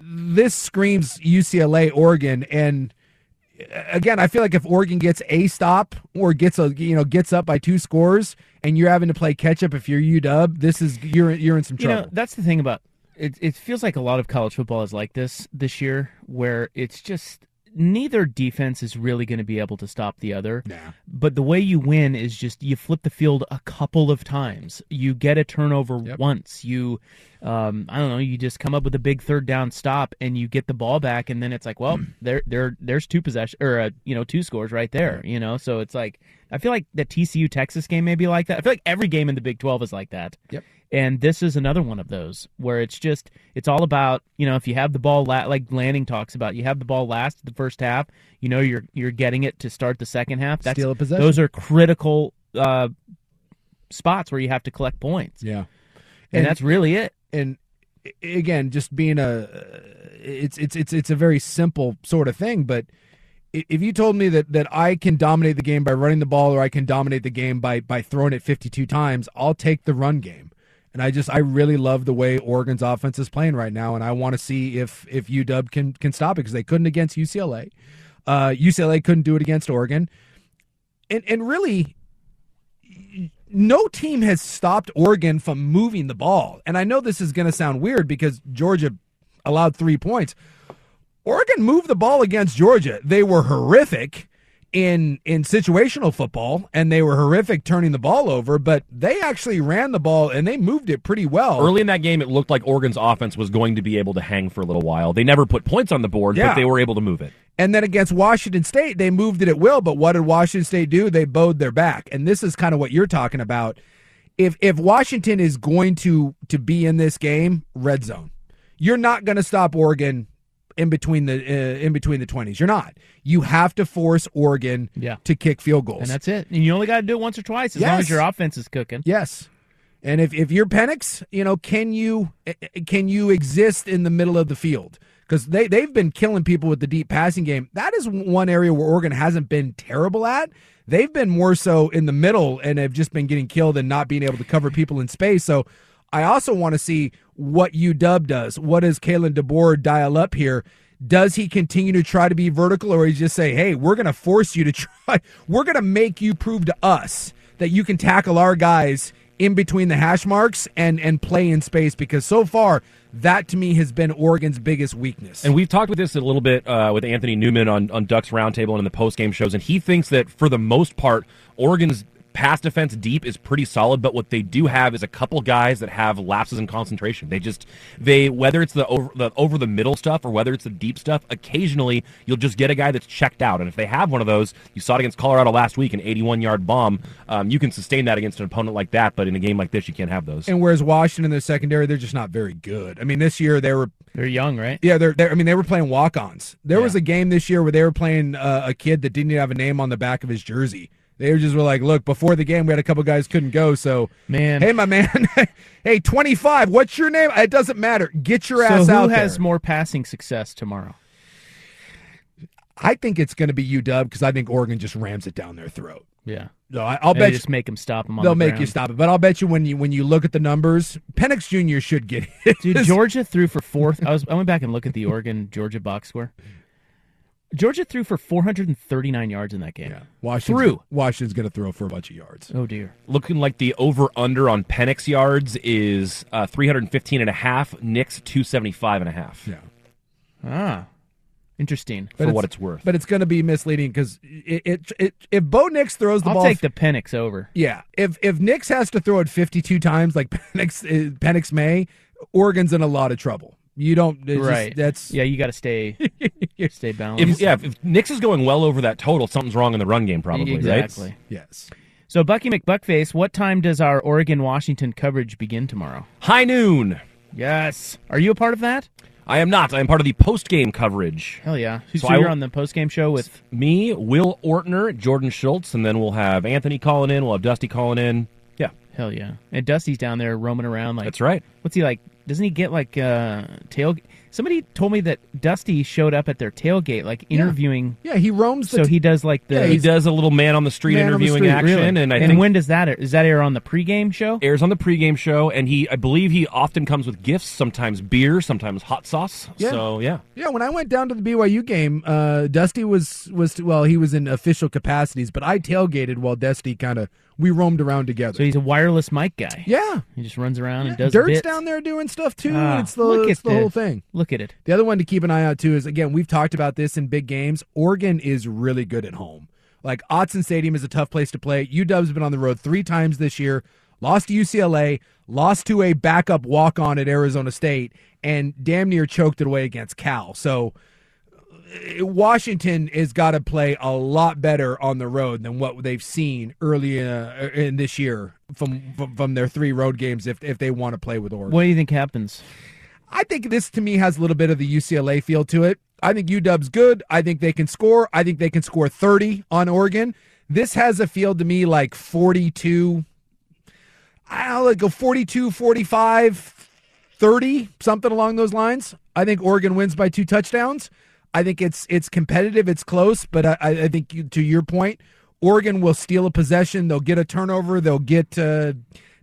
this screams UCLA Oregon and uh, again, I feel like if Oregon gets a stop or gets a you know gets up by two scores and you're having to play catch up if you're UW, this is you're you're in some
You
trouble.
know, that's the thing about it. It feels like a lot of college football is like this this year, where it's just neither defense is really going to be able to stop the other. But the way you win is just you flip the field a couple of times. You get a turnover once. You, um, I don't know, you just come up with a big third down stop and you get the ball back, and then it's like, well,
(clears throat)
there, there, there's two possession or uh, you know two scores right there. You know, so it's like I feel like the TCU Texas game may be like that. I feel like every game in the Big Twelve is like that.
Yep.
And this is another one of those where it's just it's all about you know if you have the ball la- like Lanning talks about you have the ball last the first half you know you're you're getting it to start the second half that's
Steal a possession.
those are critical uh, spots where you have to collect points
yeah and,
and that's really it
and i- again just being a it's it's it's it's a very simple sort of thing but i- if you told me that that I can dominate the game by running the ball or I can dominate the game by by throwing it 52 times I'll take the run game and I just I really love the way Oregon's offense is playing right now and I want to see if if UW can can stop it because they couldn't against UCLA uh UCLA couldn't do it against Oregon and and really no team has stopped Oregon from moving the ball. And I know this is going to sound weird because Georgia allowed three points. Oregon moved the ball against Georgia. They were horrific in in situational football and they were horrific turning the ball over, but they actually ran the ball and they moved it pretty well.
Early in that game, it looked like Oregon's offense was going to be able to hang for a little while. They never put points on the board,
Yeah.
but they were able to move it.
And then against Washington State, they moved it at will. But what did Washington State do? They bowed their back. And this is kind of what you're talking about. If if Washington is going to to be in this game, red zone, you're not going to stop Oregon in between the uh, in between the twenties. You're not. You have to force Oregon
Yeah.
to kick field goals.
and that's it and you only got to do it once or twice as long
Yes.
as your offense is cooking
Yes. And if, if you're Penix, you know, can you eh, can you exist in the middle of the field? Because they, they've been killing people with the deep passing game. That is one area where Oregon hasn't been terrible at. They've been more so in the middle and have just been getting killed and not being able to cover people in space. So I also want to see what UW does. What does Kalen DeBoer dial up here? Does he continue to try to be vertical, or he just say, "Hey, we're going to force you to (laughs) try. We're going to make you prove to us that you can tackle our guys in between the hash marks and and play in space?" Because so far, that to me has been Oregon's biggest weakness.
And we've talked with this a little bit uh, with Anthony Newman on, on Ducks Roundtable and in the post game shows, and he thinks that for the most part, Oregon's pass defense deep is pretty solid, but what they do have is a couple guys that have lapses in concentration. They just they whether it's the over the over the middle stuff or whether it's the deep stuff, occasionally you'll just get a guy that's checked out, and if they have one of those, you saw it against Colorado last week, an 81 yard bomb. Um, you can sustain that against an opponent like that, but in a game like this, you can't have those.
And whereas Washington, their secondary, they're just not very good. I mean, this year they were
they're young, right?
Yeah, they're. they're I mean, they were playing walk-ons. There was a game this year where they were playing uh, a kid that didn't even have a name on the back of his jersey. They were just were like, look, before the game, we had a couple guys couldn't go. So,
Man.
hey, my man, (laughs) hey, twenty five. What's your name? It doesn't matter. Get your
so
ass
who
out
has
there.
more passing success tomorrow
I think it's going to be UW because I think Oregon just rams it down their throat.
yeah
No, I, will
They
bet
just make 'em stop 'em on
They'll
the
make you
ground.
stop it, but I'll bet you when you when you look at the numbers, Penix Jr. should get (laughs) it.
Dude, Georgia threw for fourth. I was I went back and looked at the Oregon (laughs) Georgia box score. Georgia threw for 439 yards in that game.
Washington's,
Through.
Washington's going to throw for a bunch of yards.
Oh dear.
Looking like the over under on Penix yards is uh, 315 and a half, Nick's 275 and a half.
Yeah.
Ah. Interesting.
For what it's worth.
But it's going to be misleading because it, it, it if Bo Nix throws the
I'll
ball,
take the Penix over.
yeah. If if Nix has to throw it fifty two times like (laughs) Penix uh, Penix may, Oregon's in a lot of trouble. You don't it's just-
right.
that's
yeah. You got to stay stay balanced.
If, yeah, if Nix is going well over that total, something's wrong in the run game, probably.
exactly.
Right?
Yes.
So Bucky McBuckface, what time does our Oregon Washington coverage begin tomorrow?
High noon.
Yes. Are you a part of that?
I am not. I am part of the post game coverage.
Hell yeah. So,
So
you're
I will-
on the post game show with
Me, Will Ortner, Jordan Schultz, and then we'll have Anthony calling in. We'll have Dusty calling in. Yeah.
Hell yeah. And Dusty's down there roaming around like
That's right.
What's he like? Doesn't he get like uh tail Somebody told me that Dusty showed up at their tailgate like interviewing
yeah. He roams. The
So
t-
he does like the
he does a little man on the street
Man on the
interviewing
street,
action,
really.
and I think
when does that air? Is that air on the pregame show?
airs on the pregame show, and he, I believe, he often comes with gifts, sometimes beer, sometimes hot sauce.
Yeah.
So yeah,
Yeah, when I went down to the BYU game, uh, Dusty was was well, he was in official capacities, but I tailgated while Dusty kind of we roamed around together.
So he's a wireless mic guy.
Yeah.
He just runs around and does
Dirt's
bits.
down there doing stuff too.
Ah,
it's the,
look
it's
at
the whole
the-
thing.
Look at it.
The other one to keep an eye out too is again we've talked about this in big games. Oregon is really good at home. Like Otson Stadium is a tough place to play. UW's been on the road three times this year. Lost to UCLA, lost to a backup walk on at Arizona State, and damn near choked it away against Cal. So uh, Washington has got to play a lot better on the road than what they've seen early uh, in this year from, from from their three road games if if they want to play with Oregon.
What do you think happens?
I think this to me has a little bit of the UCLA feel to it. I think UW's good. I think they can score. I think they can score 30 on Oregon. This has a feel to me like 42. I'll like go 42, 45, 30, something along those lines. I think Oregon wins by two touchdowns. I think it's it's competitive, it's close, but I, I I think you, to your point, Oregon will steal a possession. They'll get a turnover. They'll get uh,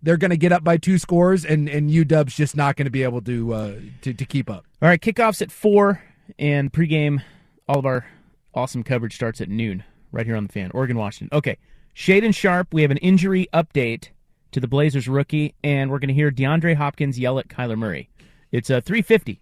they're going to get up by two scores, and and UW's just not going to be able to uh, to to keep up.
All right, kickoffs at four, and pregame, all of our awesome coverage starts at noon, right here on the fan, Oregon, Washington. Okay, Shaden Sharp, we have an injury update to the Blazers rookie, and we're going to hear DeAndre Hopkins yell at Kyler Murray. It's uh, 350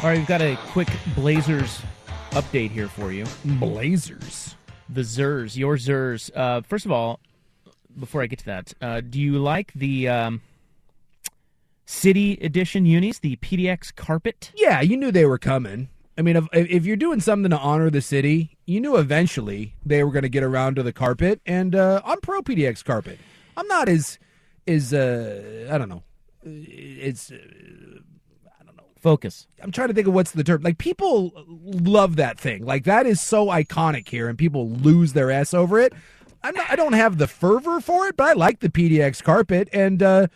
All right, we've got a quick Blazers update here for you.
Blazers.
The Zers, your Zers. Uh, first of all, before I get to that, uh, do you like the um, City Edition unis, the PDX carpet?
Yeah, you knew they were coming. I mean, if, if you're doing something to honor the city, you knew eventually they were going to get around to the carpet. And uh, I'm pro PDX carpet. I'm not as is uh, I don't know. It's uh,
Focus.
I'm trying to think of what's the term. Like people love that thing. Like that is so iconic here, and people lose their ass over it. I'm not, I don't have the fervor for it, but I like the PDX carpet. And uh,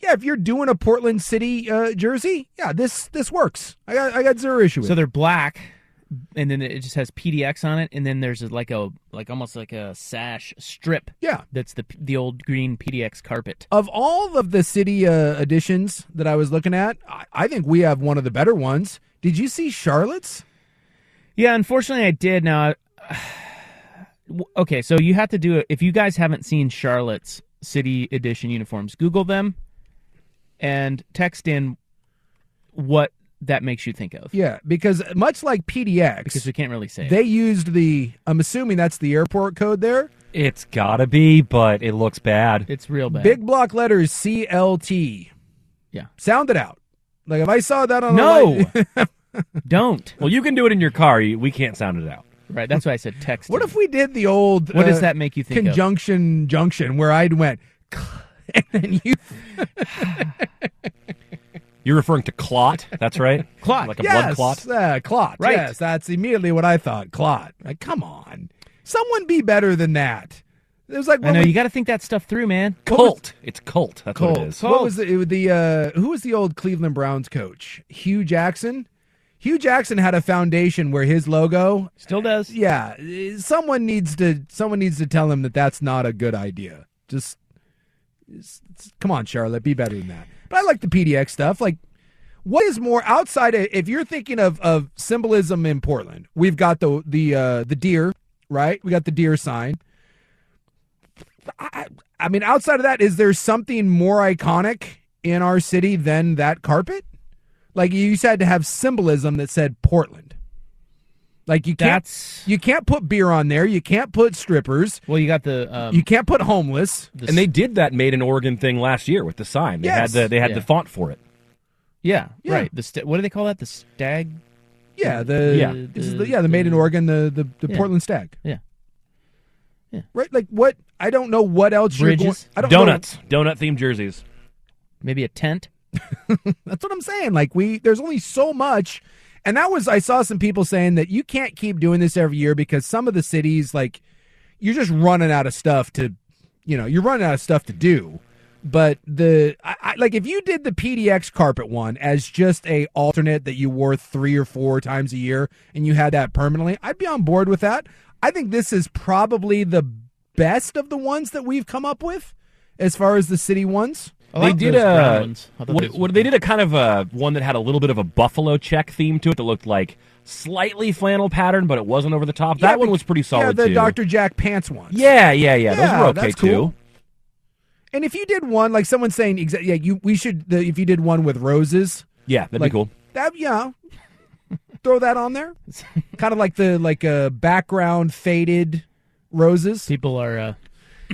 yeah, if you're doing a Portland City uh, jersey, yeah, this this works. I got I got zero issue with.
So
it.
they're black, and then it just has PDX on it, and then there's like a like almost like a sash strip.
Yeah,
that's the the old green PDX carpet.
of all of the city uh, additions that I was looking at, I, I think we have one of the better ones. Did you see Charlotte's?
Yeah, unfortunately, I (sighs) did. Now, w- okay, so you have to do it. If you guys haven't seen Charlotte's City Edition uniforms, Google them and text in what that makes you think of.
Yeah, because much like PDX,
Because we can't really say it.
they used the. I'm assuming that's the airport code there.
it's gotta be, but it looks bad.
It's real bad.
Big block letters CLT.
Yeah.
Sound it out. Like if I saw that on a
No!
light- (laughs)
Don't.
Well, you can do it in your car. You- We can't sound it out.
Right. That's why I said text.
What if we did the old? uh,
What does that make you think of?
Conjunction junction, where I went, (laughs) and then you
You're referring to clot. That's (laughs) right.
clot,
like a
yes,
blood clot.
uh, clot,
Right.
Yes, that's immediately what I thought. Clot. Like, come on, someone be better than that. It was like
I
when
know
we-
you got to think that stuff through, man.
What was- Cult.
It's cult. That's
Colt.
what it is.
What was the, the uh, who was the old Cleveland Browns coach? Hugh Jackson. Hugh Jackson had a foundation where his logo
still does.
Yeah, eh, someone needs to someone needs to tell him that that's not a good idea. Just, s- s- come on, Charlotte, be better than that. But I like the PDX stuff. Like, what is more outside? Of, if you're thinking of of symbolism in Portland, we've got the the uh, the deer, right? We got the deer sign. I mean, outside of that, is there something more iconic in our city than that carpet? Like you said, to have symbolism that said Portland. Like you can't, you can't put beer on there. You can't put strippers.
Well, you got the um,
you can't put homeless.
and they did that made in Oregon thing last year with the sign. They
Yes.
had the they had
Yeah.
the font for it.
Yeah,
Yeah.
right. The st- what do they call that? The stag.
yeah the
Yeah.
this is the- yeah the made in Oregon the the, the
Yeah.
Portland stag
Yeah. yeah
right like what I don't know what else
Bridges,
you're going, I don't know-
donuts, donut themed jerseys.
Maybe a tent.
That's what I'm saying. Like we there's only so much and that was I saw some people saying that you can't keep doing this every year because some of the cities like you're just running out of stuff to you know, you're running out of stuff to do. But the I, I, like if you did the PDX carpet one as just a alternate that you wore 3 or 4 times a year and you had that permanently, I'd be on board with that. I think this is probably the best of the ones that we've come up with as far as the city ones.
they did a what, what- they did a kind of a one that had a little bit of a buffalo check theme to it that looked like slightly flannel pattern, but it wasn't over the top. that one was pretty
Yeah,
solid
the
too.
Dr. Jack pants one.
Yeah, yeah, yeah. Those
Yeah,
were okay
that's
too.
cool. And if you did one, like someone's saying, exa- yeah, you we should. The, if you did one with roses,
Yeah, that'd
Like-
be cool.
that yeah, throw that
(laughs)
on there. kind of like the like uh, background faded roses.
People are uh,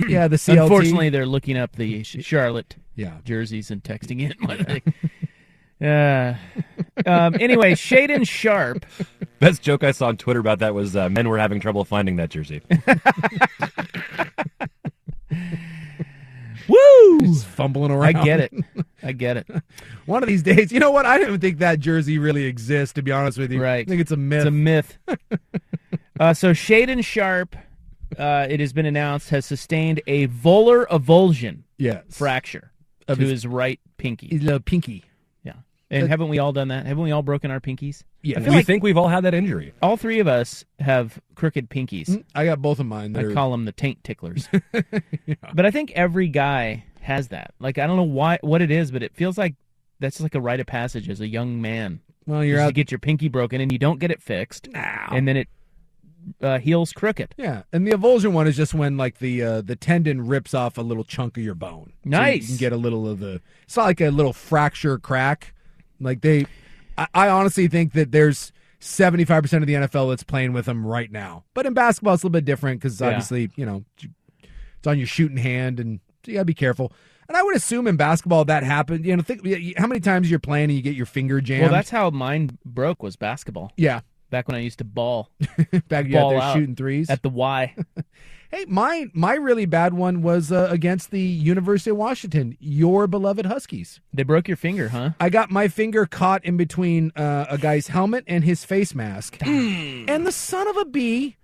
yeah the CLT.
Unfortunately, they're looking up the Sh- Charlotte
yeah.
jerseys and texting in. (laughs) uh, um, anyway, Shaden Sharp.
Best joke I saw on Twitter about that was uh, men were having trouble finding that jersey.
Woo! fumbling around.
I get it. I get it.
One of these days, you know what? I didn't think that jersey really exists. To be honest with you, right? I think it's a myth.
It's a myth. Uh, so Shaden Sharp, uh, it has been announced, has sustained a volar avulsion
Yes.
fracture
Of
to
his-
his, right pinky.
His little pinky.
Yeah. And
Uh,
haven't we all done that? Haven't we all broken our pinkies?
Yeah.
I
We
feel like
think we've all had that injury.
all three of us have crooked pinkies.
I got both of mine.
I
Mm. They're-
call them the taint
(laughs)
ticklers. But I think every guy has that. Like I don't know why what it is, but it feels like that's like a rite of passage as a young man.
Well, you're
Is
out-
you get your pinky broken and you don't get it fixed, and then it uh, heals crooked.
Yeah, and the avulsion one is just when like the uh, the tendon rips off a little chunk of your bone. So you
Nice.
can get a little of the. It's not like a little fracture crack. Like they, I, I honestly think that there's seventy five percent of the NFL that's playing with them right now. But in basketball, it's a little bit different because
Yeah.
obviously you know it's on your shooting hand, and so you gotta be careful. And I would assume in basketball that happened. You know, think how many times you're playing and you get your finger jammed.
Well, that's how mine broke was basketball.
Yeah. (laughs)
back when I used to ball,
back you out
ball
there shooting threes
at the
(laughs)
Y.
Hey, my my really bad one was uh, against the University of Washington, your beloved Huskies.
They broke your finger, huh?
I got my finger caught in between uh, a guy's helmet and his face mask, and the son of a bee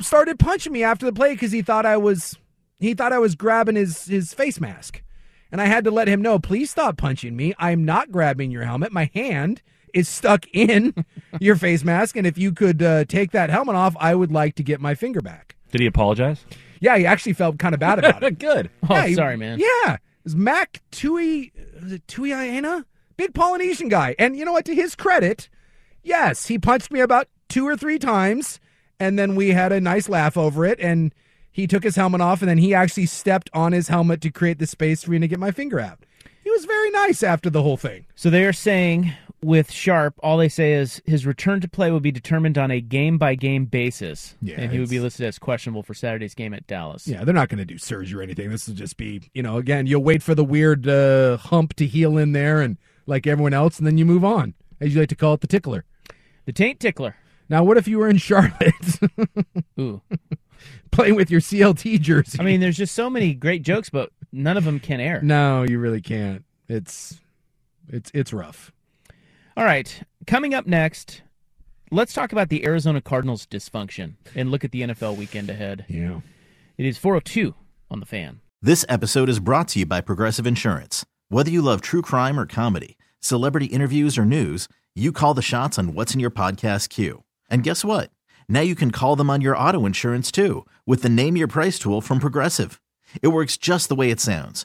started punching me after the play because he thought I was he thought I was grabbing his his face mask, and I had to let him know, please stop punching me. I'm not grabbing your helmet. My hand is stuck in (laughs) your face mask, and if you could uh, take that helmet off, I would like to get my finger back.
Did he
(laughs)
apologize?
Yeah, he actually felt kind of bad
(laughs)
about it.
Good.
Oh,
Yeah, he-
sorry, man.
Yeah, it was Mac Tui was it Tui Iena? Big Polynesian guy, and you know what? To his credit, yes, he punched me about two or three times, and then we had a nice laugh over it. And he took his helmet off, and then he actually stepped on his helmet to create the space for me to get my finger out. He was very nice after the whole thing.
So they are saying with Sharp, all they say is his return to play will be determined on a game by game basis,
Yeah,
and he would be
it's-
listed as questionable for Saturday's game at Dallas.
Yeah, they're not going to do surgery or anything. This will just be, you know, again, you'll wait for the weird uh, hump to heal in there, and like everyone else, and then you move on. As you like to call it, the tickler.
the taint tickler.
Now, what if you were in Charlotte? (laughs)
Ooh.
Playing with your CLT jersey.
I mean, there's just so many great jokes, but none of them can air.
No, you really can't. It's it's it's rough.
All right. Coming up next, let's talk about the Arizona Cardinals dysfunction and look at the NFL weekend ahead.
Yeah.
It is 402 on the fan.
This episode is brought to you by Progressive Insurance. Whether you love true crime or comedy, celebrity interviews or news, you call the shots on what's in your podcast queue. And guess what? Now you can call them on your auto insurance too with the Name Your Price tool from Progressive. It works just the way it sounds.